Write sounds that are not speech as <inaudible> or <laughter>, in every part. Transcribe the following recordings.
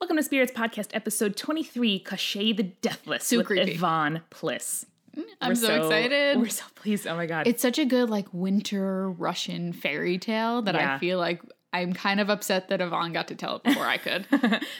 Welcome to Spirits Podcast, episode 23, Cachet the Deathless So with creepy. Yvonne Pliss. I'm so, excited. We're so pleased. Oh my God. it's such a good like winter Russian fairy tale that Yeah. I feel like I'm kind of upset that Yvonne got to tell it before I <laughs> could.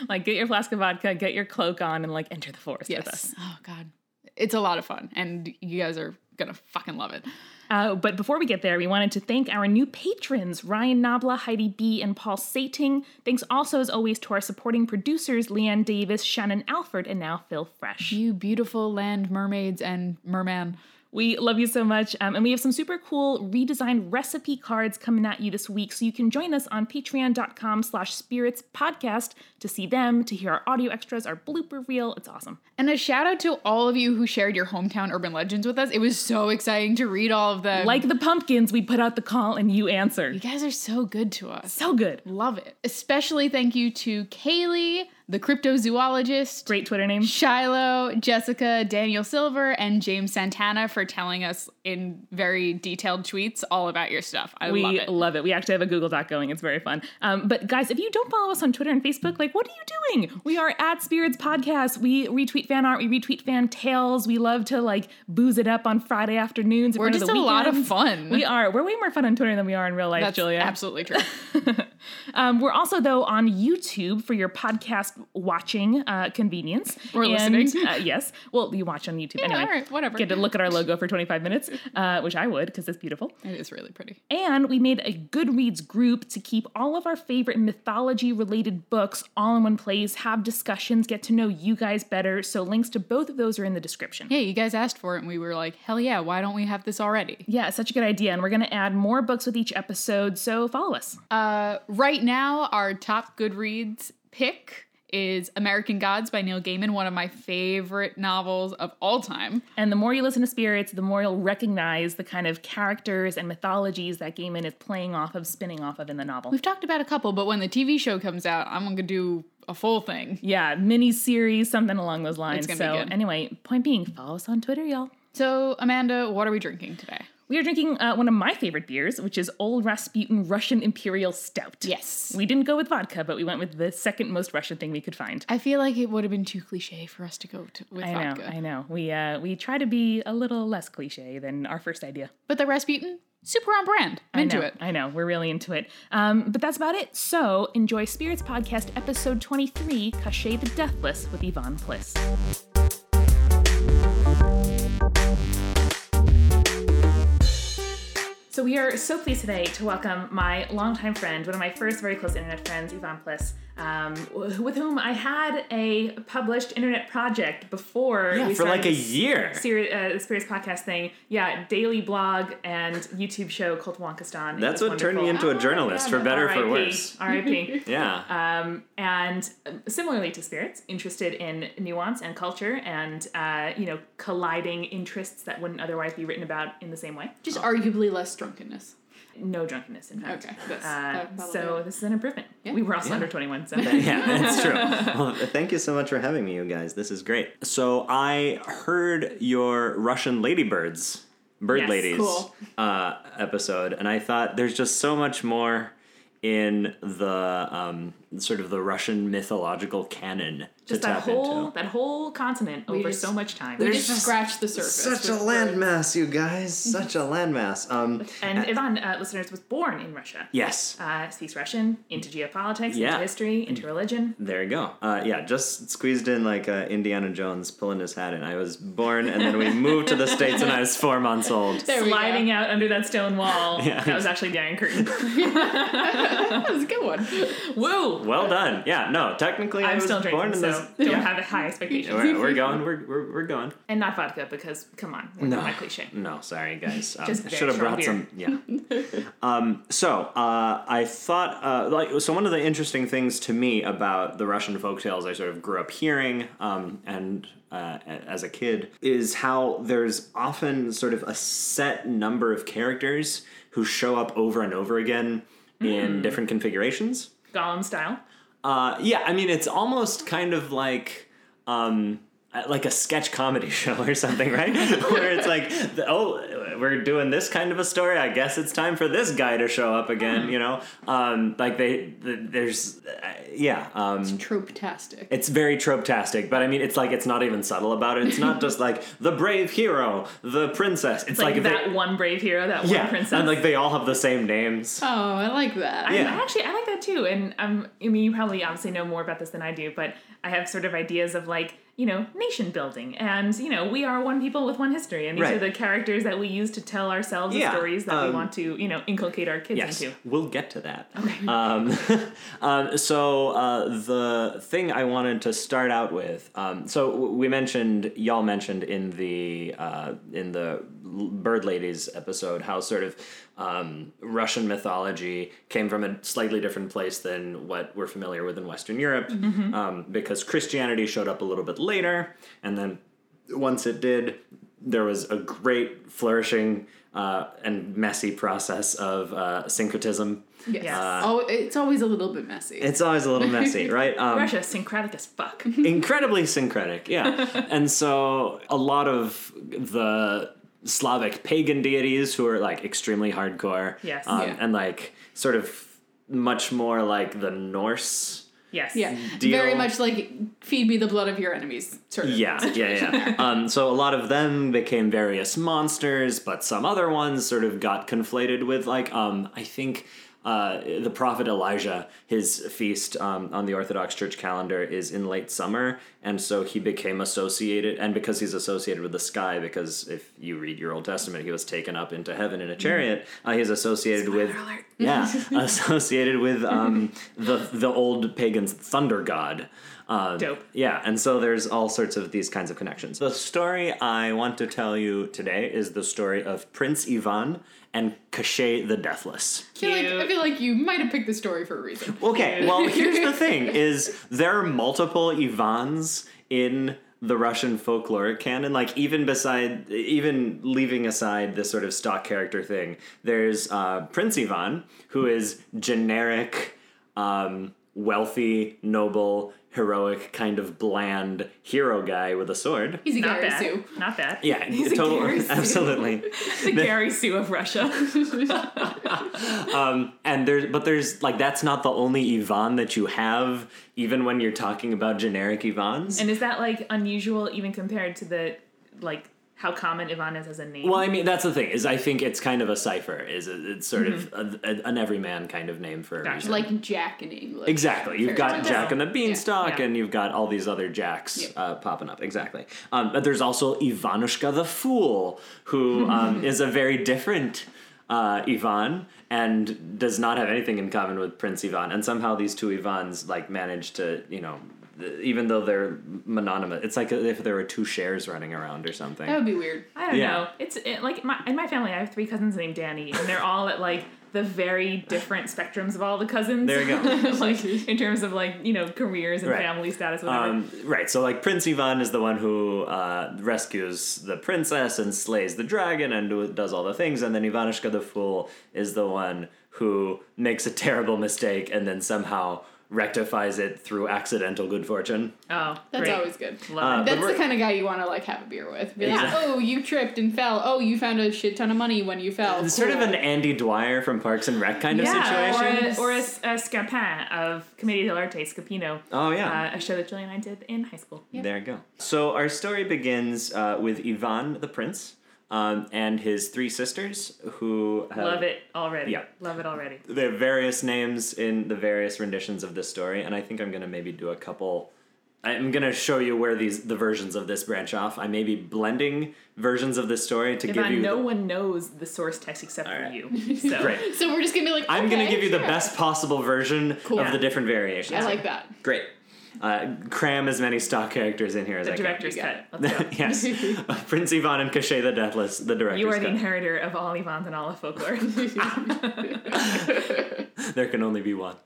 like, get your flask of vodka, get your cloak on, and like enter the forest with us. yes. Oh god. It's a lot of fun and you guys are gonna fucking love it. Uh, but before we get there, we wanted to thank our new patrons, Ryan Nabla, Heidi B, and Paul Sating. Thanks also, as always, to our supporting producers, Leanne Davis, Shannon Alford, and now Phil Fresh. You beautiful land mermaids and merman. We love you so much. Um, and we have some super cool redesigned recipe cards coming at you this week. So you can join us on patreon.com slash spirits podcast to see them, to hear our audio extras, our blooper reel. It's awesome. And a shout out to all of you who shared your hometown urban legends with us. It was so exciting to read all of them. Like the pumpkins, we put out the call and you you answered. guys are so good to us. So good. Love it. Especially thank you to Kaylee, the cryptozoologist. Great Twitter name. Shiloh, Jessica, Daniel Silver, and James Santana for telling us in very detailed tweets all about your stuff. <laughs> I we love it. We actually have a Google Doc going. It's very fun. Um, but guys, if you don't follow us on Twitter and Facebook, like, what are you doing? We are at Spirits Podcast. We retweet fan art. We retweet fan tales. We love to like booze it up on Friday afternoons. in We're front of just the a lot of weekends. fun. <laughs> We are. We're way more fun on Twitter than we are in real life, That's Julia. absolutely <laughs> true. Um, we're also though on YouTube for your podcast watching uh, convenience Or And, listening. Uh, yes, well, you watch on YouTube Yeah, anyway. all right, whatever. Get to look at our logo for 25 minutes, uh, which I would because it's beautiful. it is really pretty. And we made a Goodreads group to keep all of our favorite mythology related books all in one place, have discussions, get to know you guys better. So links to both of those are in the description. Yeah, you guys asked for it, and we were like, hell yeah, why don't we have this already? Yeah, such a good idea. And we're going to add more books with each episode. So follow us. Uh, right now, our top Goodreads pick is American Gods by Neil Gaiman, one of my favorite novels of all time. And the more you listen to Spirits, the more you'll recognize the kind of characters and mythologies that Gaiman is playing off of, spinning off of in the novel. We've talked about a couple, but when the TV show comes out, I'm going to do a full thing. Yeah, mini series, something along those lines. gonna so, be good. anyway, point being, follow us on Twitter, y'all. So, Amanda, what are we drinking today? We are drinking uh, one of my favorite beers, which is Old Rasputin Russian Imperial Stout. Yes. We didn't go with vodka, but we went with the second most Russian thing we could find. I feel like it would have been too cliche for us to go to, with I know, vodka. I know. We uh, we try to be a little less cliche than our first idea. But the Rasputin, super on brand. I'm I into know, it. I know. We're really into it. Um, but that's about it. So enjoy Spirits Podcast episode 23, Cachet the Deathless with Yvonne Pliss. So we are so pleased today to welcome my longtime friend, one of my first very close internet friends, Yvonne Pliss, um, wh- with whom I had a published internet project before we for like started a this year. Seri- uh, the Spirits Podcast thing. Yeah, daily blog and YouTube show called Wonkistan. It That's was what turned me wonderful. into a journalist, for better or for worse. <laughs> R.I.P. Yeah. um, and um, similarly to Spirits, interested in nuance and culture and, uh, you know, colliding interests that wouldn't otherwise be written about in the same way. Just arguably less drunkenness. No drunkenness, in fact. Okay, that's- Uh, that- that'll so do. this is an improvement. Yeah. We were also Yeah. under 21, so. yeah, <laughs> that's true. Well, thank you so much for having me, you guys. This is great. So I heard your Russian ladybirds, bird Yes, ladies cool. uh, episode, and I thought there's just so much more in the um, sort of the Russian mythological canon Just to that tap whole into. that whole continent over just- so much time. We just scratched the surface. Such a with words. landmass, you guys. Such a landmass. Um, And Ivan, uh, listeners, was born in Russia. yes. uh, speaks Russian into geopolitics, Yeah. into history, into religion. There you go. Uh, yeah, just squeezed in like uh, Indiana Jones pulling his hat in. I was born, and <laughs> then we moved to the states when I was four months old. There we go. Sliding out under that stone wall. <laughs> Yeah. That was actually the Iron <laughs> Curtain. That was a good one. Woo! Well done. Yeah. No, technically, I I'm was still born drinking, in so this. don't yeah. have high expectations. We're, we're going. We're, we're, we're going. and not vodka, because come on, we're No. not cliche. No, sorry guys. Um, Just I very should have strong brought beer. some. Yeah. um, so uh, I thought uh, like so one of the interesting things to me about the Russian folktales I sort of grew up hearing um, and uh, a- as a kid is how there's often sort of a set number of characters who show up over and over again in different configurations. Gollum style. Uh, yeah, I mean, it's almost kind of like um, uh, like a sketch comedy <laughs> show or something, right? <laughs> Where it's like, the- oh, we're doing this kind of a story. I guess it's time for this guy to show up Mm. again. You know, um, like they, the, there's, uh, yeah, um, Trope tastic. it's very trope tastic. But I mean, it's like it's not even subtle about it. It's <laughs> not just like the brave hero, the princess. It's like, like, that they, one brave hero, that yeah, one princess. Uh, and like they all have the same names. Oh, I like that. I- Yeah. I actually I like that too, and um, I mean you probably obviously know more about this than I do, but I have sort of ideas of like you know nation building, and you know we are one people with one history, and these Right. are the characters that we use to tell ourselves Yeah, the stories that um, we want to you know inculcate our kids Yes, into. we'll get to that. Okay. <laughs> Um, um, so uh, the thing I wanted to start out with. Um, so w- we mentioned, y'all mentioned in the uh, in the L- Bird Ladies episode how sort of um, Russian mythology came from a slightly different place than what we're familiar with in Western Europe, um, because Christianity showed up a little bit later, and then once it did, there was a great flourishing uh, and messy process of uh, syncretism. yes. uh, oh, it's always a little bit messy. It's always a little messy, right? Um, Russia syncretic as <laughs> fuck. incredibly syncretic, yeah. and so a lot of the Slavic pagan deities who are like extremely hardcore, Yes. um, Yeah. and like sort of much more like the Norse. Yes. yeah, deal. very much like feed me the blood of your enemies. Sort of Yeah, yeah, yeah. um, so a lot of them became various monsters, but some other ones sort of got conflated with like um, I think uh, the prophet Elijah. His feast um, on the Orthodox Church calendar is in late summer, and so he became associated. And because he's associated with the sky, because if you read your Old Testament, he was taken up into heaven in a chariot. Uh, he's associated with alert. yeah, <laughs> associated with um, the the old pagan's thunder god. Um, Dope. yeah, and so there's all sorts of these kinds of connections. The story I want to tell you today is the story of Prince Ivan and Cachet the Deathless. I feel, like, I Cute. feel like you might have picked the story for a reason. Okay, well, here's <laughs> the thing is there are multiple Ivans in the Russian folkloric canon, like even beside even leaving aside this sort of stock character thing, there's uh, Prince Ivan, who is generic, um, wealthy, noble, heroic, kind of bland hero guy with a sword. He's a Not Gary bad. Sue. Not bad. <laughs> Yeah, a totally, Gary Sue. <laughs> absolutely. <laughs> The Gary Sue of Russia. Um, and there's, but there's like that's not the only Ivan that you have, even when you're talking about generic Ivans. and is that like unusual even compared to the like how common Ivan is as a name? Well, I mean, that's the thing is I think it's kind of a cipher. Is it- it's sort of a, a- an everyman kind of name for a Mm-hmm. Gotcha. reason. <laughs> Like Jack in England. Exactly. You've Fair got enough. Jack and the Beanstalk, Yeah. and you've got all these other Jacks Yep. uh, popping up. Exactly. Um, but there's also Ivanushka the Fool, who <laughs> um, is a very different uh, Ivan and does not have anything in common with Prince Ivan. And somehow these two Ivans like manage to, you know, th- even though they're mononymous, it's like if there were two shares running around or something. That would be weird. I don't Yeah. know. It's it, like my, in my family, I have three cousins named Danny, and they're all at like the very different spectrums of all the cousins. There you go. <laughs> like in terms of like you know careers and Right. family status, whatever. Um, right, so like Prince Ivan is the one who uh, rescues the princess and slays the dragon and do- does all the things, and then Ivanushka the Fool is the one who makes a terrible mistake and then somehow rectifies it through accidental good fortune. oh, That's great. always good. Love Uh, it. but That's the we're- kind of guy you want to like have a beer with. Be like, Exactly. oh, you tripped and fell. Oh, you found a shit ton of money when you fell. It's sort of Cool." an Andy Dwyer from Parks and Rec kind of Yeah, situation. or a, or a, a Scapin of Commedia dell'arte, Scapino, Oh, yeah. uh, a show that Julie and I did in high school. There you go. So our story begins uh, with Ivan the Prince um, and his three sisters who have Love it already. yeah. Love it already. the various names in the various renditions of this story, and I think I'm gonna maybe do a couple. I'm gonna show you where these the versions of this branch off. I may be blending versions of this story to give you. Ivan, no the, one knows the source text except for <laughs> right. you. So <laughs> <laughs> Great. So we're just gonna be like. I'm gonna "Okay, give you the sure." best possible version Cool. of the different I variations. like <laughs> that. Great. Uh, cram as many stock characters in here as the I director's You got cut. Let's <laughs> go. can. yes. <laughs> Uh, Prince Ivan and Cachet the Deathless, the director's You are the cut. inheritor of all Ivans and all of folklore. <laughs> There can only <laughs> be one.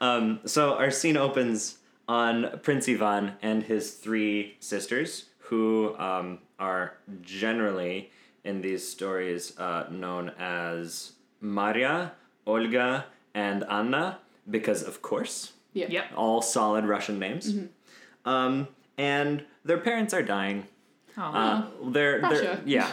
um, so our scene opens on Prince Ivan and his three sisters, who um, are generally in these stories uh, known as Maria, Olga, and Anna, because of course, yeah. yep. Mm-hmm. all solid Russian names. Um, and their parents are dying. Oh, Uh, they're, they're Russia. <laughs> yeah.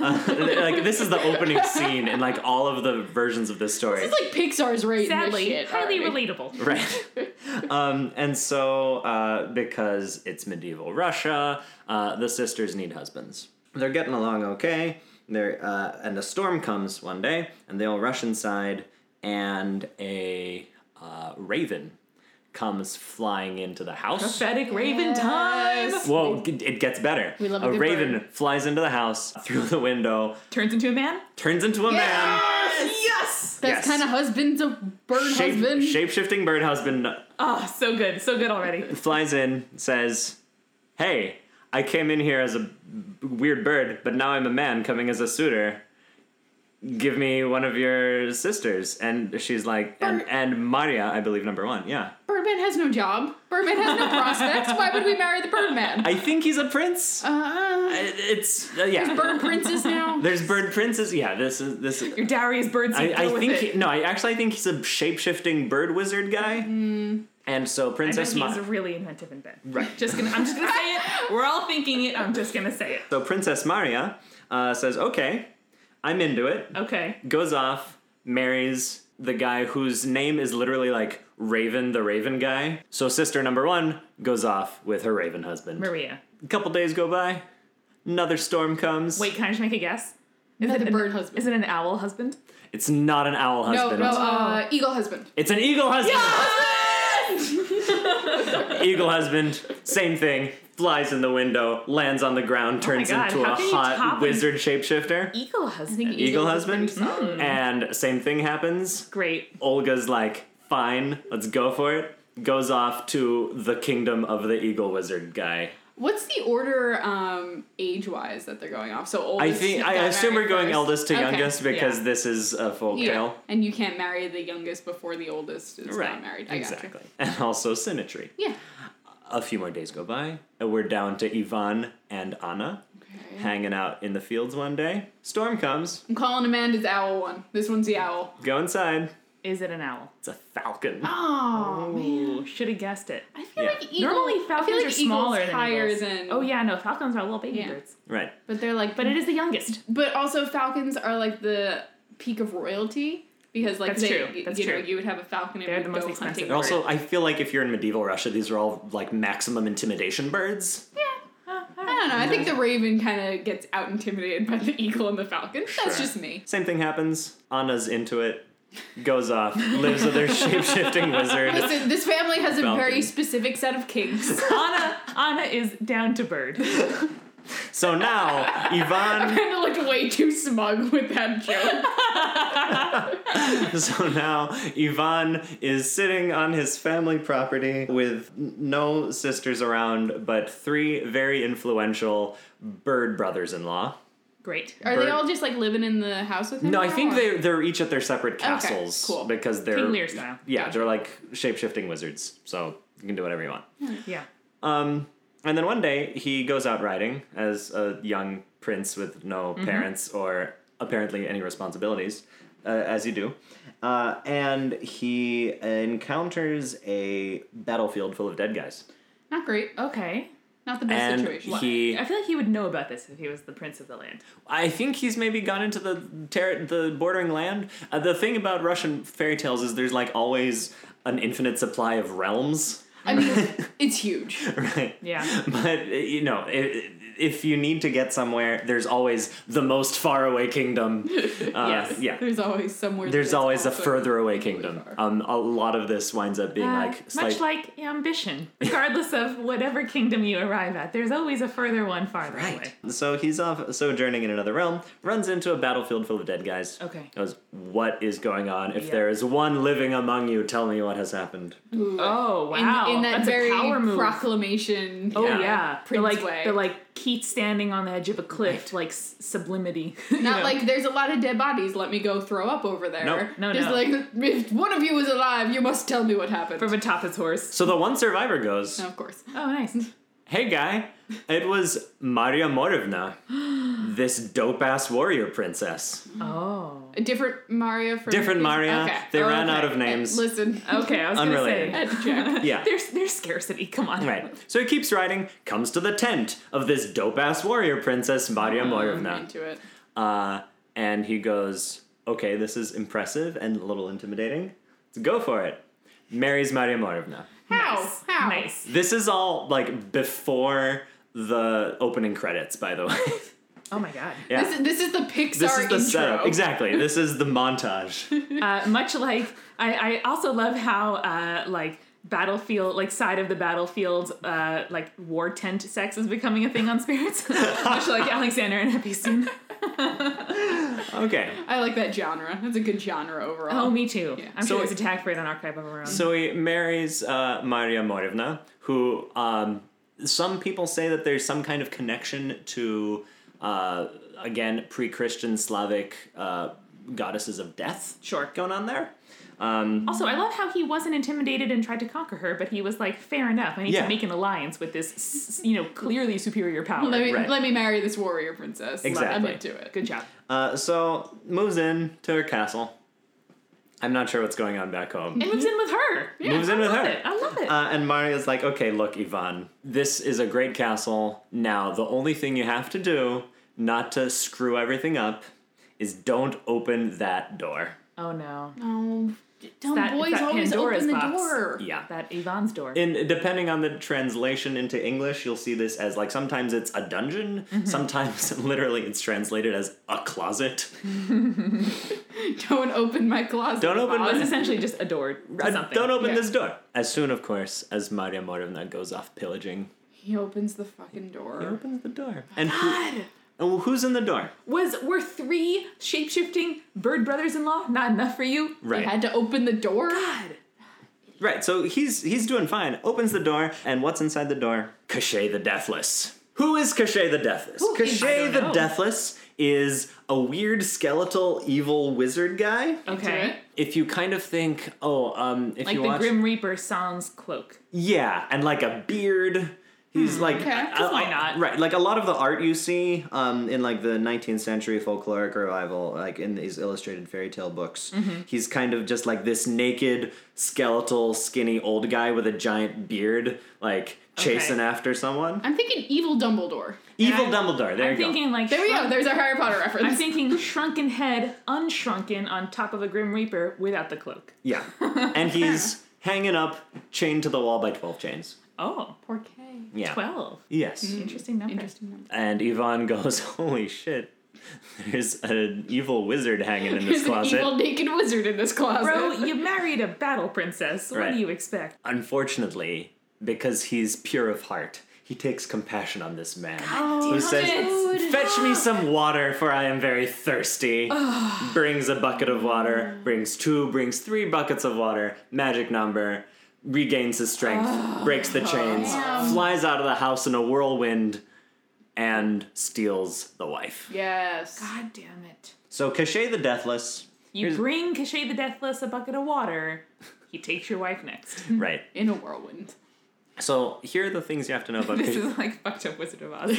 Uh, like this is the opening scene in like all of the versions of this story. it's like Pixar's rate. Sadly, in this shit highly already. relatable. <laughs> right um, and so uh, because it's medieval russia uh, the sisters need husbands they're getting along okay they're, uh, and a storm comes one day and they all rush inside and a uh, raven comes flying into the house Prophetic Raven Yes. time Whoa, it gets better. We love a a good raven flies into the house <laughs> through the window, turns into a man. turns into a man. Yes. That's Yes. kind of husband's a bird husband. Shape shifting bird husband Oh, so good, so good already. flies in, says, "Hey, I came in here as a b- weird bird, but now I'm a man coming as a suitor. Give me one of your sisters." And she's like, and, Bird. and Maria, I believe number one, yeah. Birdman has no job. Birdman has no prospects. Why would we marry the <laughs> Birdman? I think he's a prince. uh, It- it's uh, yeah. bird princes now. There's bird princes. Yeah, this is this. Is, Your dowry is birds. I, and go I with think it. he- no. I actually I think he's a shape shifting bird wizard guy. And Hmm. I so bet Princess he's Ma- really inventive in bed. <laughs> Right. Just gonna, I'm just gonna say it. <laughs> We're all thinking it. I'm just gonna say it. so Princess Maria uh, says, "Okay, I'm into it. Okay. goes off, marries the guy whose name is literally like Raven, the Raven guy. So sister number one goes off with her Raven husband. Maria. A couple days go by, another storm comes. Wait, can I just make a guess? Is Another it an- bird husband. Is it an owl <laughs> husband? it's not an owl no, husband. no, uh, eagle husband. It's an eagle husband. <laughs> Eagle husband, same thing. Flies in the window, lands on the ground, turns Oh God, into a how can you top hot an- wizard shapeshifter. Eagle husband. Hmm. think e- Eagle Eagle is husband, pretty solid. and same thing happens. Great. Olga's like, fine, let's go for it. Goes off to the kingdom of the eagle wizard guy. What's the order um, age wise that they're going off? So oldest I think got I assume we're married going first. eldest to Okay. youngest because yeah. this is a folk Yeah, tale. and you can't marry the youngest before the oldest is Right. not married. I Exactly. <laughs> And also symmetry. Gotcha. Yeah. A few more days go by, and we're down to Ivan and Anna hanging out in the fields one day. Storm comes, I'm calling Amanda's owl one. This one's the owl. go inside. Is it an owl? It's <gasps> a falcon. Oh, man. Should have guessed it. I feel Yeah. like eagle, Normally I falcons feel like are eagle's smaller than higher eagles. than Oh yeah, no, falcons are little baby Yeah. birds. Right. But they're like But it is the youngest. But also, falcons are like the peak of royalty because, like, That's they, true. That's you know, true. you would have a falcon and They're would the most go expensive hunting. bird. And also, I feel like if you're in medieval Russia, these are all like maximum intimidation birds. yeah. Uh, all I right. don't know. I think the raven kind of gets out intimidated by the eagle and the falcon. That's Sure. just me. Same thing happens. Anna's into it, goes off, lives with her shapeshifting wizard. Listen, this family has a Falcon. very specific set of kinks. <laughs> Anna, Anna is down to bird. So now Ivan, kind of looked way too smug with that joke. so now Ivan is sitting on his family property with n- no sisters around, but three very influential bird brothers-in-law. Great. Are Bird. they all just like living in the house with him? No, I now, think or- they they're each at their separate castles cool. because they're King Lear style. Yeah, they're like shapeshifting wizards, so you can do whatever you want. Yeah. Um, and then one day he goes out riding as a young prince with no parents or apparently any responsibilities, uh, as you do. Uh, and he encounters a battlefield full of dead guys. Not great. Oh, Okay. Not the best And situation. he, I feel like he would know about this if he was the prince of the land. I think he's maybe gone into the ter- the bordering land. Uh, the thing about Russian fairy tales is there's like always an infinite supply of realms, <laughs> I mean, it's huge. right? Yeah. But uh, you know, i- if you need to get somewhere, there's always the most far away <laughs> kingdom. Uh, Yes. Yeah. There's always somewhere. There's that's always a also- further away kingdom. far. Um, a lot of this winds up being Uh, like much slight- like ambition, regardless of whatever kingdom you arrive at, there's always a further one farther away. So he's off sojourning in another realm, runs into a battlefield full of dead guys. Okay. Goes, what is going on? If Yeah. there is one living among you, tell me what has happened. Ooh. Oh in, wow! in that That's very a power move. proclamation. Oh Yeah. yeah, Prince the like way. the like Keith standing on the edge of a cliff, like s- sublimity. <laughs> You Not know? like there's a lot of dead bodies. Let me go throw up over there. Nope. No, There's no. like if one of you is alive, you must tell me what happened. from atop his horse. So the one survivor goes, No, of course. Oh, nice. <gasps> Hey guy, it was Maria Morovna. this dope ass warrior princess. Oh. A different Mario for Different Maria. Okay. They ran Okay. out of names. <laughs> Listen. Okay, I was going to Unrelated. say. <laughs> Ed check. Yeah. There's, there's scarcity. Come on. Right. So he keeps riding, comes to the tent of this dope ass warrior princess, Maria I'm Moyevna. into it. Uh, and he goes, okay, this is impressive and a little intimidating. Let's go for it. Marries Maria Moyevna. How? Nice. How? Nice. This is all like before the opening credits, by the way. <laughs> Oh my god. yeah. This, is, this is the Pixar This is the intro. setup. Exactly. This is the montage. Uh, much like I, I also love how uh, like battlefield like side of the battlefield uh, like war tent sex is becoming a thing on spirits, <laughs> much like Alexander and Epstein. <laughs> Okay. I like that genre. That's a good genre overall. Oh, me too. I'm So- sure there's a tag for it on Archive of Our Own. So he marries uh, Maria Morevna, who um, some people say that there's some kind of connection to, uh, again, pre Christian Slavic uh, goddesses of death sure. going on there. Also, I love how he wasn't intimidated and tried to conquer her, but he was like, "Fair enough. I need Yeah. to make an alliance with this, s- you know, clearly superior power." let me right. let me marry this warrior princess. I'm Exactly. into it. Good job. Uh, so moves in to her castle. I'm not sure what's going on back home. And moves in with her. Yeah, Moves in I with love her. It. I love it. Uh, and Maria's like, okay, look, Ivan, this is a great castle. Now, the only thing you have to do, not to screw everything up, is don't open that door. oh no, Oh, dumb that- boys it's that always Pandora's open box. the door. Yeah. that Ivan's door. in depending on the translation into English, you'll see this as like sometimes it's a dungeon, Mm-hmm. sometimes <laughs> literally it's translated as a closet. <laughs> Don't open my closet. Don't open I was Bob. <laughs> essentially just adored Uh, to something. Don't open yeah. this door. As soon, of course, as Maria Morovna goes off pillaging, He opens the fucking door. he opens the door. Oh And who, and who's in the door? Was were three shapeshifting bird brothers-in-law not enough for you? He Right, had to open the door. God. right. So he's he's doing fine. Opens the door, and what's inside the door? Cachet the Deathless. Who is Cachet the Deathless? Who is- I Cachet don't the know. Deathless is a weird skeletal evil wizard guy. Okay. if you kind of think, oh, um, if Like you the watch, Grim Reaper sans cloak. yeah, and like a beard, he's like, okay, I- 'cause Hmm, why I- not? Right, like a lot of the art you see, um, in like the 19th century folkloric revival, like in these illustrated fairy tale books, Mm-hmm. he's kind of just like this naked, skeletal, skinny old guy with a giant beard, like chasing Okay. after someone. I'm thinking evil Dumbledore. Evil I'm- Dumbledore. There I'm you thinking like There we go. shrunk- There's our Harry Potter reference. I'm thinking shrunken head, unshrunken on top of a Grim Reaper without the cloak. go. Yeah, <laughs> and he's hanging up, chained to the wall by 12 chains. Oh, Poor K. Yeah. 12. Yes. Interesting number. Interesting number. And Yvonne goes, <laughs> Holy shit, there's an evil wizard hanging in this There's an closet. evil naked wizard in this closet. Bro, <laughs> you married a battle princess. What Right. do you expect? Unfortunately, because he's pure of heart, he takes compassion on this man Oh, who says, dude. Fetch me <sighs> some water, for I am very thirsty. brings a bucket of water, brings two, brings three buckets of water, magic number. Regains his <sighs> strength, breaks the chains, Damn. flies out of the house in a whirlwind, and steals the wife. Yes. God damn it. So, Cachet the Deathless, You Here's- bring Cachet the Deathless a bucket of water, he takes your wife next. right, In a whirlwind. So here are the things you have to know <laughs> <laughs> about This Cachet. is like fucked up Wizard of Oz. <laughs> as,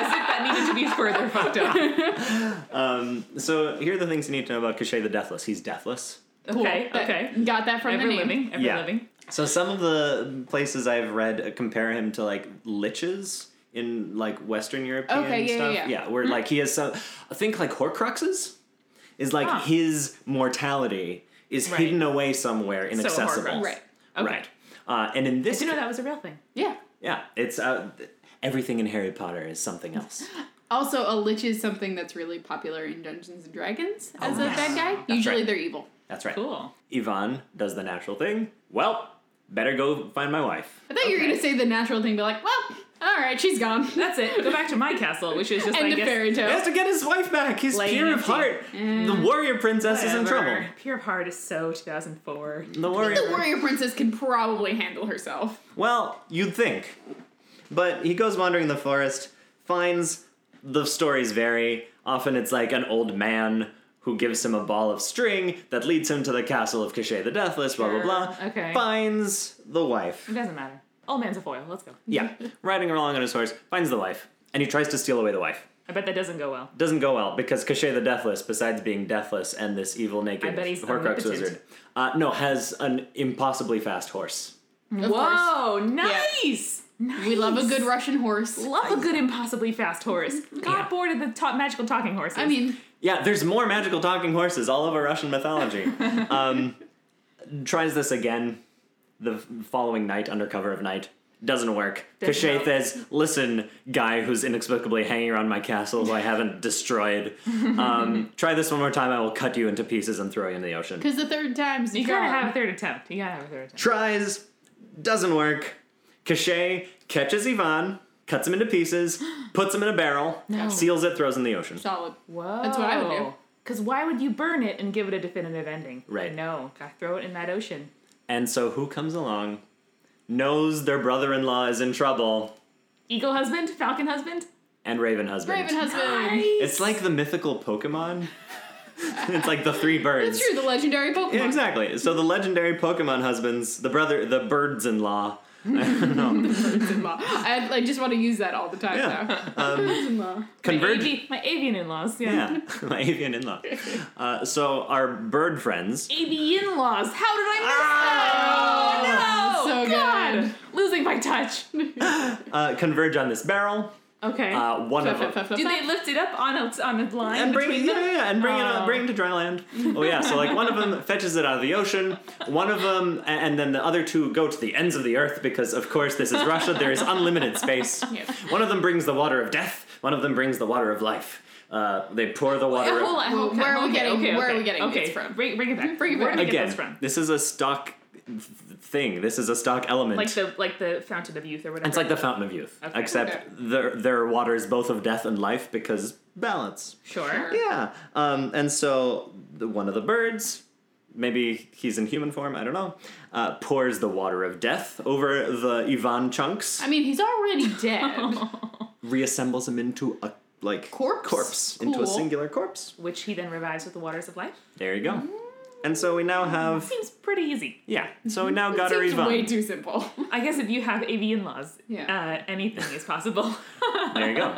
as if that needed to be further fucked <laughs> up. So here are the things you need to know about Cachet the Deathless. He's deathless. Okay, That- okay. Got that from Ever the name. living, ever Yeah. living. So some of the places I've read uh, compare him to like liches in like Western European Okay, yeah, stuff. yeah, yeah. where Hmm. like he has some. I think like Horcruxes is like Huh. his mortality is Right. hidden away somewhere inaccessible. Horcrux. Right. Okay. Right. Uh, and in this, Did you know that was a real thing? Yeah. yeah, it's uh, th- everything in Harry Potter is <laughs> something else. Also, a lich is something that's really popular in Dungeons and Dragons as Oh, a yes. bad guy. That's Usually right. they're evil. That's right. Cool. Yvonne does the natural thing. Well, better go find my wife. I thought you were Okay. going to say the natural thing, be like, well, all right, she's gone. <laughs> That's it. Go back to my castle, which is just End I of guess, fairy tale. He has to get his wife back. He's Lady pure of T. heart. The warrior princess is in trouble. Mm. Whatever. Pure of Heart is so 2004. The The warrior. warrior princess can probably handle herself. Well, you'd think, but he goes wandering the forest, finds the stories vary. Often it's like an old man who gives him a ball of string that leads him to the castle of Cachet the Deathless. Blah Sure. blah blah. Okay. Finds the wife. It doesn't matter. Old man's a foil. Let's go. <laughs> Yeah, riding along on his horse, finds the wife, and he tries to steal away the wife. I bet that doesn't go well. Doesn't go well because Cachet the Deathless, besides being deathless and this evil naked I bet he's Horcrux omnipotent. wizard, uh, no, has an impossibly fast horse. Of course. Whoa, nice. nice. We love a good Russian horse. Love a good impossibly fast <laughs> horse. Got bored of the ta- magical talking horses. I mean, Yeah, there's more magical talking horses all over <laughs> Russian mythology. um, tries this again the following night under cover of night. Doesn't work. Doesn't Cachet work. says, Listen, guy who's inexplicably hanging around my castle who I <laughs> haven't destroyed, um, try this one more time. I will cut you into pieces and throw you in the ocean. because the third time's the you gotta charm. have a third attempt. You gotta have a third attempt. tries, doesn't work. Cachet catches Ivan, cuts him <gasps> into pieces, puts him in a barrel, seals it, throws in the ocean. solid. Whoa. That's what I would do. Because why would you burn it and give it a definitive ending? Right. No, gotta throw it in that ocean. And so who comes along? Knows their brother-in-law is in trouble, Eagle husband, falcon husband. and Raven husband. Raven husband. Nice. It's like the mythical Pokemon. <laughs> it's like the three birds. That's true. The legendary Pokemon. Yeah, exactly. So the legendary Pokemon husbands, the brother, the birds-in-law. <laughs> <laughs> I, I just want to use that all the time Yeah. now. Um, Birds-in-law. Converge. My, avi- my avian in-laws. Yeah, <laughs> my avian in-law. Uh, so our bird friends. Avian laws. How did I miss that? Ah! Oh no! So God, good. losing my touch. uh, converge on this barrel. Okay. Uh, one of them. Do they lift it up on a on a line and bring it, between yeah, them? yeah, yeah, and bring it, Oh. uh, bring it to dry land. Oh yeah, so like one of them fetches it out of the ocean, one of them, a- and then the other two go to the ends of the earth because of course this is Russia. There is <laughs> unlimited space. One of them brings the water of death. One of them brings the water of life. Uh, they pour the water Hold of, on, Well, okay, where are we okay, getting- okay, where are okay, we getting okay. this from? Bring, bring it back. Bring it Where back. did we get again. this from? This is a stock th- thing. This is a stock element. Like the like the fountain of youth or whatever. it's like the fountain of youth, Okay. except Okay. there there are waters both of death and life because balance. sure. Yeah. Um, and so the, one of the birds, maybe he's in human form, I don't know, uh, pours the water of death over the Ivan chunks, I mean, he's <laughs> already dead. reassembles him into a like Corpse? into a Cool. singular corpse. Which he then revives with the waters of life. There you Mm. go. And so we now have Seems pretty easy. yeah. So <laughs> we now got our Seems way Ivan. too simple. <laughs> I guess if you have avian laws, Yeah. uh, anything is possible. <laughs> there you <laughs> go.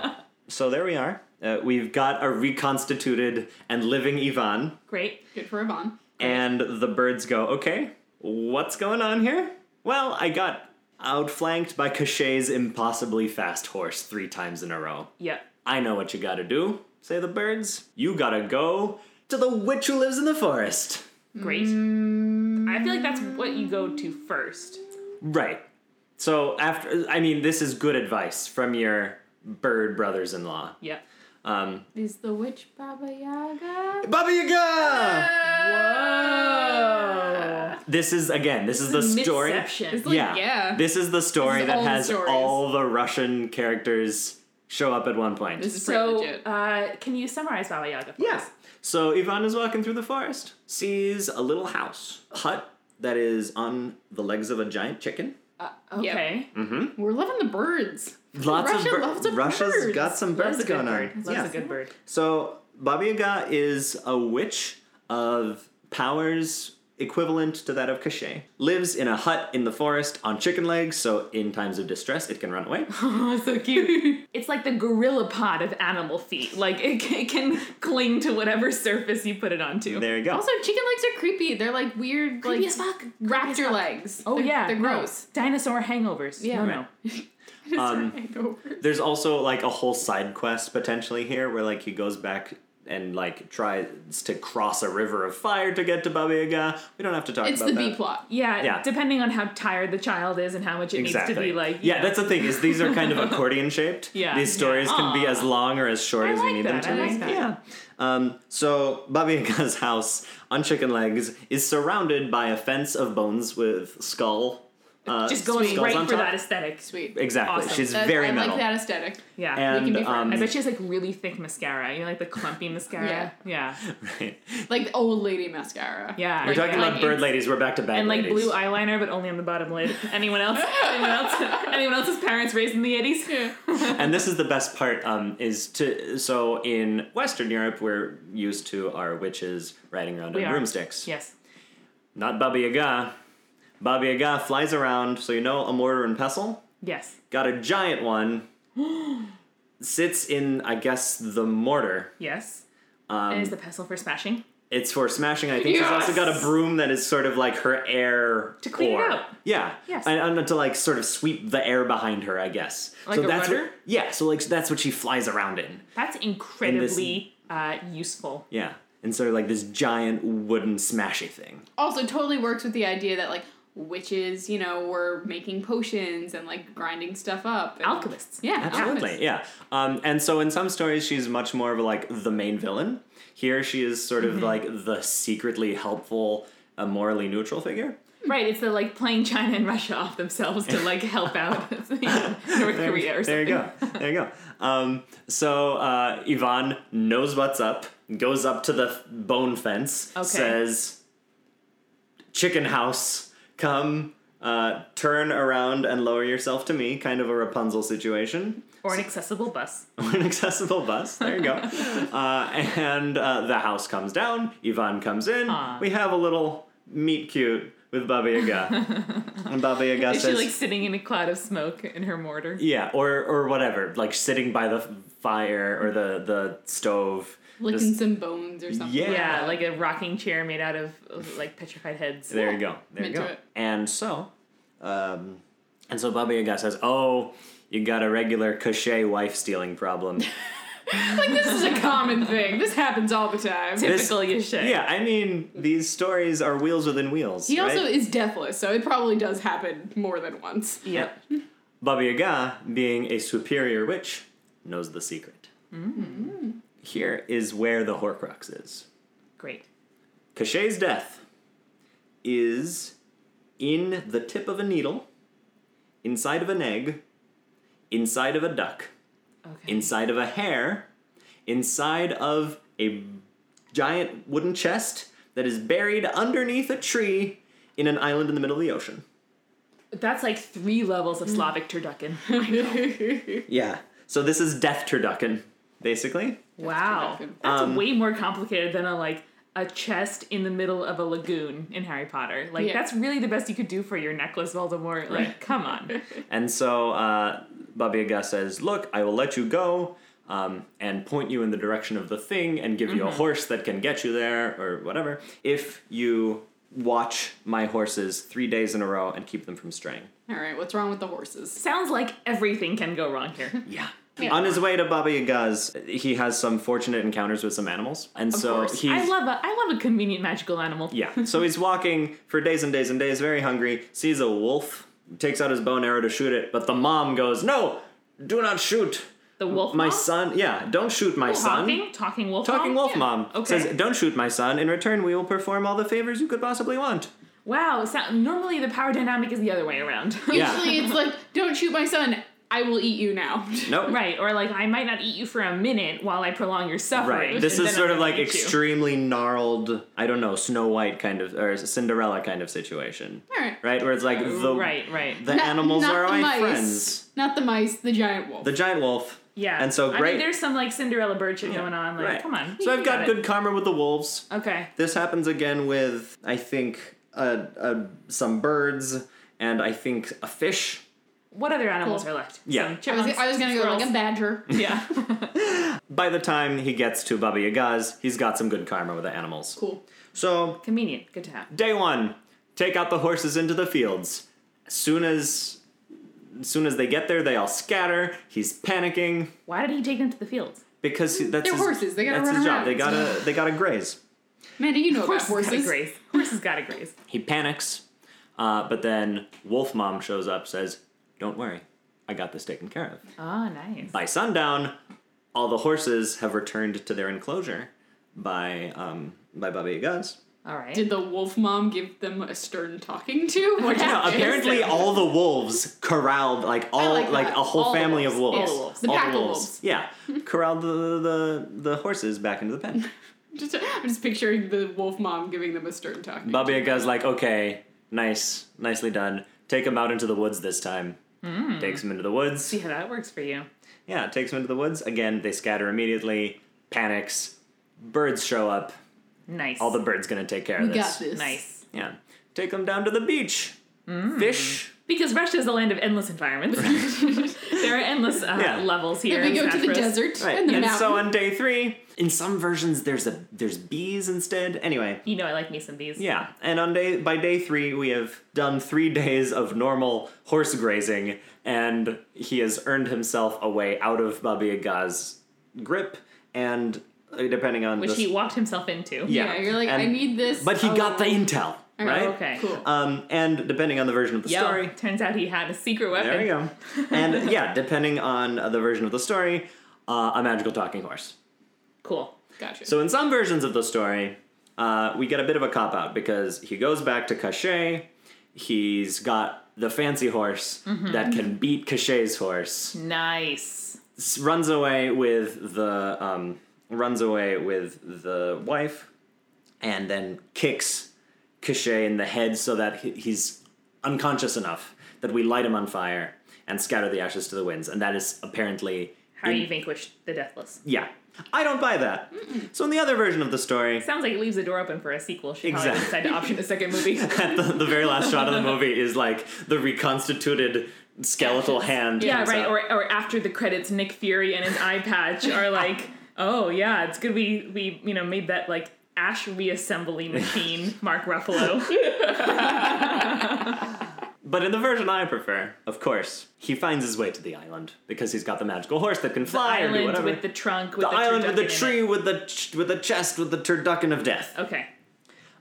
So there we are. Uh, we've got a reconstituted and living Ivan, Great. Good for Yvonne. and the birds go, okay, what's going on here? Well, I got outflanked by Cachet's impossibly fast horse three times in a row. Yep. I know what you gotta do, say the birds. You gotta go to the witch who lives in the forest. Great. Mm. I feel like that's what you go to first. Right. So, after, I mean, this is good advice from your bird brothers in law. Yep. Um, Is the witch Baba Yaga? Baba Yaga! Whoa. This is, again, this is the story. Misception. It's like, yeah. This is the story is that all the has stories. all the Russian characters show up at one point. this is pretty So, legit. uh, can you summarize Baba Yaga? for yeah. us? So Ivan is walking through the forest, sees a little house, hut that is on the legs of a giant chicken. Yep. Okay. Mm, We're loving the birds. Lots Russia of bir- loves the Russia's birds. got some Loves birds a good going bird. on. Loves a good <laughs> bird. So Baba Yaga is a witch of powers equivalent to that of Cachet. Lives in a hut in the forest on chicken legs, so in times of distress it can <laughs> run away. Oh, so cute. <laughs> it's like the gorilla pod of animal feet. Like it can, it can cling to whatever surface you put it onto. there you go. Also, chicken legs are creepy. They're like weird, Creepy like as fuck. Creepy as raptor fuck. legs. Oh They're- yeah, they're no. gross. Dinosaur hangovers. Yeah. no, Right. no. Um, Hangovers. There's also like a whole side quest potentially here where like he goes back and like tries to cross a river of fire to get to Baba Yaga. We don't have to talk It's the about that. B plot. Yeah, Yeah. depending on how tired the child is and how much it Exactly. needs to be like. yeah, that's the thing is these are kind of accordion shaped. <laughs> Yeah. These stories can be Aw. as long or as short I as like you need that. them to. I be. like that. Yeah. Um, so Baba Yaga's house on chicken legs is surrounded by a fence of bones with skull. Uh, Just going skulls right on for top. that aesthetic. Sweet. Exactly. Awesome. She's That- very I metal. like that aesthetic. Yeah. And We can be friends. I um, <laughs> bet she has like really thick mascara. You know, like the clumpy mascara. Yeah. Yeah. Like the old lady mascara. Yeah. We're Like- talking like about bird it's- ladies. We're back to bad And like ladies. blue eyeliner, but only on the bottom lid. Anyone else? anyone else? <laughs> Anyone else's parents raised in the eighties? and this is the best part um, is to so in western europe we're used to our witches riding around We on are. broomsticks Yes. not baba yaga baba yaga flies around so you know a mortar and pestle <gasps> Yes. got a giant one sits in, I guess, the mortar. Yes. Um, It is the pestle for smashing. It's for smashing. I think she's also Yes! got a broom that is sort of like her air To clean it core. up. Yeah. Yes. And, and to like sort of sweep the air behind her, I guess. Like so a that's rudder? What, yeah. So like that's what she flies around in. That's incredibly uh, useful. Yeah. And sort of like this giant wooden smashy thing. also totally works with the idea that like witches, you know, were making potions and like grinding stuff up. and- Alchemists. Yeah, Absolutely, alchemists. yeah. Um, and so in some stories, she's much more of like the main villain. Here, she is sort Mm-hmm. of like the secretly helpful, uh, morally neutral figure. Right, it's the like playing China and Russia off themselves to like help <laughs> out North Korea or something. There you go. There <laughs> you go. Um, so uh, Yvonne knows what's up, goes up to the bone fence, Okay. says, Chicken house, come. Uh, turn around and lower yourself to me, kind of a Rapunzel situation. <laughs> Or an accessible bus. an accessible bus. <laughs> There you go. uh, and uh, the house comes down. Yvonne comes in. Aw. We have a little meet cute with <laughs> Baba Yaga. and Baba Yaga Is she says, like sitting in a cloud of smoke in her mortar? "Yeah, or or whatever, like sitting by the fire or the the stove." Licking Just- some bones or something. Yeah. Yeah, like a rocking chair made out of like petrified heads. there you go. I'm There you into go. it. And so, um, and so Baba Yaga says, "Oh." You got a regular cachet wife stealing <laughs> problem. Like this is a common thing. This happens all the time. This- Typical Yashay. yeah, I mean, these stories are wheels within wheels. He right? also is deathless, so it probably does happen more than once. Yep. Baba Yaga, being a superior witch, knows the secret. Mm. Here is where the Horcrux is. Great. Cachet's death is in the tip of a needle, inside of an egg, inside of a duck, Okay. inside of a hare, inside of a giant wooden chest that is buried underneath a tree in an island in the middle of the ocean. That's like three levels Mm. of Slavic <laughs> turducken. <laughs> Yeah. So this is Death Turducken, basically. wow. turducken. That's Um, way more complicated than a like a chest in the middle of a lagoon in Harry Potter. Like Yeah. that's really the best you could do for your necklace, Voldemort. Like, Right. come on. And so uh, Baba Yaga says, Look, I will let you go um, and point you in the direction of the thing and give you a horse that can get you there or whatever if you watch my horses three days in a row and keep them from straying. <laughs> All right, what's wrong with the horses? Sounds like everything can go wrong here. Yeah. Yeah. On his way to Baba Yaga's, he has some fortunate encounters with some animals. And so course. he's. I love a I love a convenient magical animal. Yeah. So he's walking for days and days and days, very hungry, sees a wolf, takes out his bow and arrow to shoot it, but the mom goes, No, do not shoot. The wolf My mom? son, yeah, don't shoot Oh, my son. Talking, talking wolf. mom? Talking Wolf Yeah. Mom Oh, Okay. says, Don't shoot my son. In return, we will perform all the favors you could possibly want. Wow. So, normally the power dynamic is the other way around. <laughs> Yeah. Usually it's like, don't shoot my son. I will eat you now. <laughs> Nope. Right, or like I might not eat you for a minute while I prolong your suffering. Right. This and is then sort I'm of gonna like eat you. extremely gnarled, I don't know, Snow White kind of, or Cinderella kind of situation. All right. Right? Where it's like the, Oh, Right, right. the Not- animals not are the my mice. friends. Not the mice, the giant wolf. The giant wolf. yeah. And so I great. mean, there's some like Cinderella bird shit Yeah. going on. Like, Right. come on. So you I've got it. good karma with the wolves. Okay. This happens again with, I think, uh, uh, some birds and I think a fish. What other animals Cool. are left? Yeah. Some I was, chipmunks, I was gonna go like a squirrels. badger. Yeah. By the time he gets to Baba Yaga's, he's got some good karma with the animals. Cool. So, <laughs> Convenient. Good to have. day one, take out the horses into the fields. As soon as, as soon as they get there, they all scatter. He's panicking Why did he take them to the fields? because he, that's They're his, horses, they gotta that's run his around. job. <laughs> They gotta they gotta graze. Amanda, you know about Horses horses. gotta graze. Horses gotta graze. He panics, uh, but then Wolf Mom shows up, says, "Don't worry, I got this taken care of." Oh, nice. By sundown, all the horses have returned to their enclosure by um, by Baba Yaga's. All right. Did the wolf mom give them a stern talking <laughs> to? What <laughs> No, happened? apparently all the wolves corralled like all like like, that. a whole All the family of wolves. wolves. All the wolves. The pack of wolves. <laughs> Yeah, corralled the, the the horses back into <laughs> the pen. Just, I'm just picturing the wolf mom giving them a stern talking. Baba Yaga's like, okay, nice, nicely done. Take them out into the woods this time. Hmm. Takes them into the woods. See how that works for you. Yeah, takes them into the woods. Again, they scatter immediately. Panics. Birds show up. Nice. All the birds gonna take care we of <laughs> this. got this. nice. Yeah, take them down to the beach. Hmm. fish. Because Russia is a land of endless <laughs> environments. there are endless uh, Yeah. levels here. Then we in go to Smash the Bros. desert Right. and the and mountain. so on day three, in some versions there's a there's bees instead. Anyway, You know, I like me some bees. yeah. And on day by day three, we have done three <laughs> days of normal horse grazing, and he has earned himself a way out of Baba Yaga's grip. And uh, depending on Which the- he walked himself into. yeah. you're like, I and- need this. But he got the alone. intel, Oh, right? Okay. Cool. Um, and depending on the version of the Yo, story, turns out he had a secret weapon. there you go. <laughs> and yeah, depending on uh, the version of the story, uh, a magical talking horse. Cool. Gotcha. So in some versions of the story, uh, we get a bit of a cop out because he goes back to Cachet. He's got the fancy horse Mm-hmm. that can beat Cachet's horse. Nice. S- Runs away with the um, runs away with the wife, and then kicks Cachet in the head so that he- he's unconscious enough that we light him on fire and scatter the ashes to the winds. And that is apparently How in- you vanquish the deathless. yeah. I don't buy that. So in the other version of the story, Sounds like it leaves the door open for a sequel. She probably Exact- decided to option a second <laughs> movie. at the, the very last shot of the movie is like the reconstituted skeletal hand. yeah, comes right. out. Or, or after the credits, Nick Fury and his eye patch <laughs> are like, oh yeah, it's good we we you know made that like ash <laughs> reassembly machine, Mark Ruffalo. but in the version I prefer, of course, he finds his way to the island because he's got the magical horse that can fly or do island whatever. with the trunk with The the, island with the turducken in it. tree with the ch- with the chest with the turducken of death. Okay,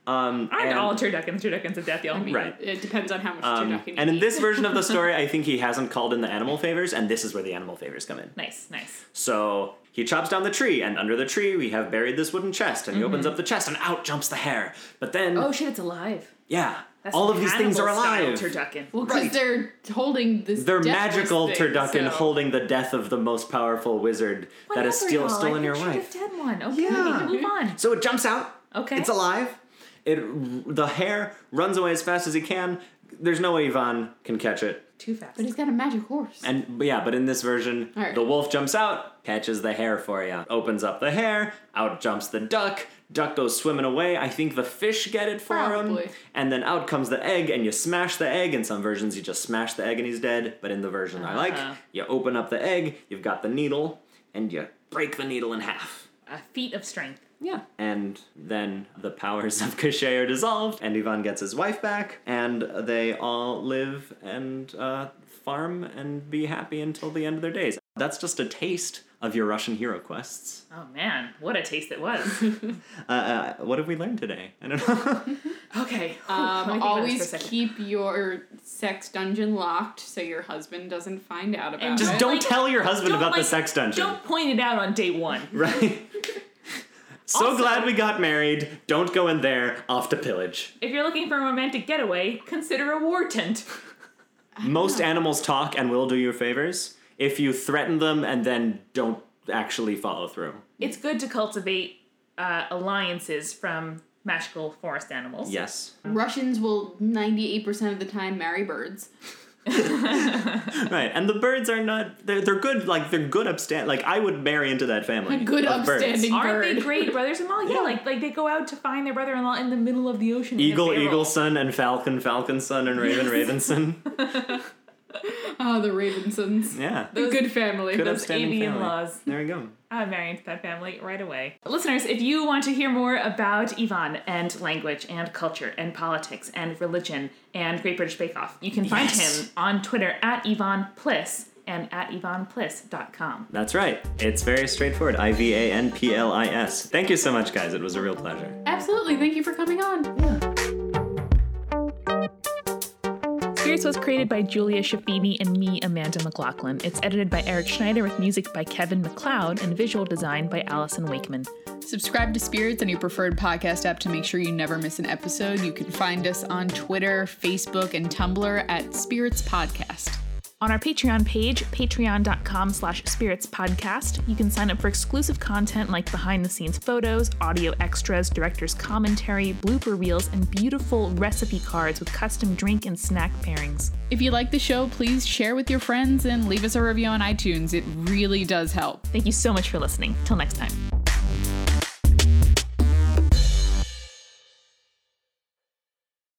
Um, aren't and, all turduckens turduckens of death, y'all? right. It depends on how much Um, turducken you and in eat. this version of the <laughs> story, I think he hasn't called in the animal favors, and this is where the animal favors come in. Nice, nice. So he chops down the tree, and under the tree we have buried this wooden chest, and he opens up the chest, and out jumps the hare. But then, Mm-hmm. Oh shit, it's alive. yeah, That's all some of these things are cannibal-style alive. Turducken. Well, because Right. they're holding this. They're death magical wish thing, turducken so- holding the death of the most powerful wizard that Whatever, is still y'all, still I in your pictured life. a dead one. Okay, Yeah. move on. So it jumps out. Okay. It's alive. It the hare runs away as fast as he can. There's no way Ivan can catch it. Too fast. But he's got a magic horse. And but yeah, but in this version, All right. the wolf jumps out, catches the hare for you, opens up the hare, out jumps the duck, duck goes swimming away. I think the fish get it for him, Probably. and then out comes the egg, and you smash the egg. In some versions, you just smash the egg and he's dead. But in the version I Ah. Uh-huh. like, you open up the egg, you've got the needle, and you break the needle in half. A feat of strength. Yeah. And then the powers of <laughs> Cachet are dissolved, and Ivan gets his wife back, and they all live and uh, farm and be happy until the end of their days. That's just a taste of your Russian hero quests. Oh man, what a taste it was. Uh, uh, what have we learned today? I don't know. <laughs> <laughs> okay. whew, let me think Um, about this for a always second. keep your sex dungeon locked so your husband doesn't find out about And it. just don't like- tell your husband don't, about the like, sex dungeon. Don't point it out on day one. <laughs> Right? so Also- glad we got married. Don't go in there. Off to pillage. If you're looking for a romantic getaway, consider a war <laughs> tent. Most animals talk and will do you favors if you threaten them and then don't actually follow through. It's good to cultivate uh, alliances from magical forest animals. Yes. Russians will 98% of the time marry birds. Right. And the birds are not they're, they're good like they're good upstand like I would marry into that family. Good of birds. upstanding Aren't bird. they great brothers-in-law? <laughs> Yeah, like like they go out to find their brother-in-law in the middle of the ocean. in a <laughs> Eagle, barrel. eagle son, and falcon, falcon son, and raven, raven son. Ah, Oh, the Ravensons. Yeah. The good family. Good those upstanding avian family. laws. There we go. I'm marrying to that family right away. Listeners, if you want to hear more about Ivan and language and culture and politics and religion and Great British Bake Off, you can find Yes. him on Twitter at Ivan Pliss and at IvanPliss.com. That's right. It's very straightforward. I V A N P L I S. Thank you so much, guys. It was a real pleasure. Absolutely. Thank you for coming on. Spirits was created by Julia Shafini and me, Amanda McLaughlin. It's edited by Eric Schneider with music by Kevin McLeod and visual design by Allison Wakeman. Subscribe to Spirits on your preferred podcast app to make sure you never miss an episode. You can find us on Twitter, Facebook, and Tumblr at Spirits Podcast. On our Patreon page, patreon.com slash spiritspodcast, you can sign up for exclusive content like behind-the-scenes photos, audio extras, director's commentary, blooper reels, and beautiful recipe cards with custom drink and snack pairings. If you like the show, please share with your friends and leave us a review on iTunes. It really does help. Thank you so much for listening. Till next time.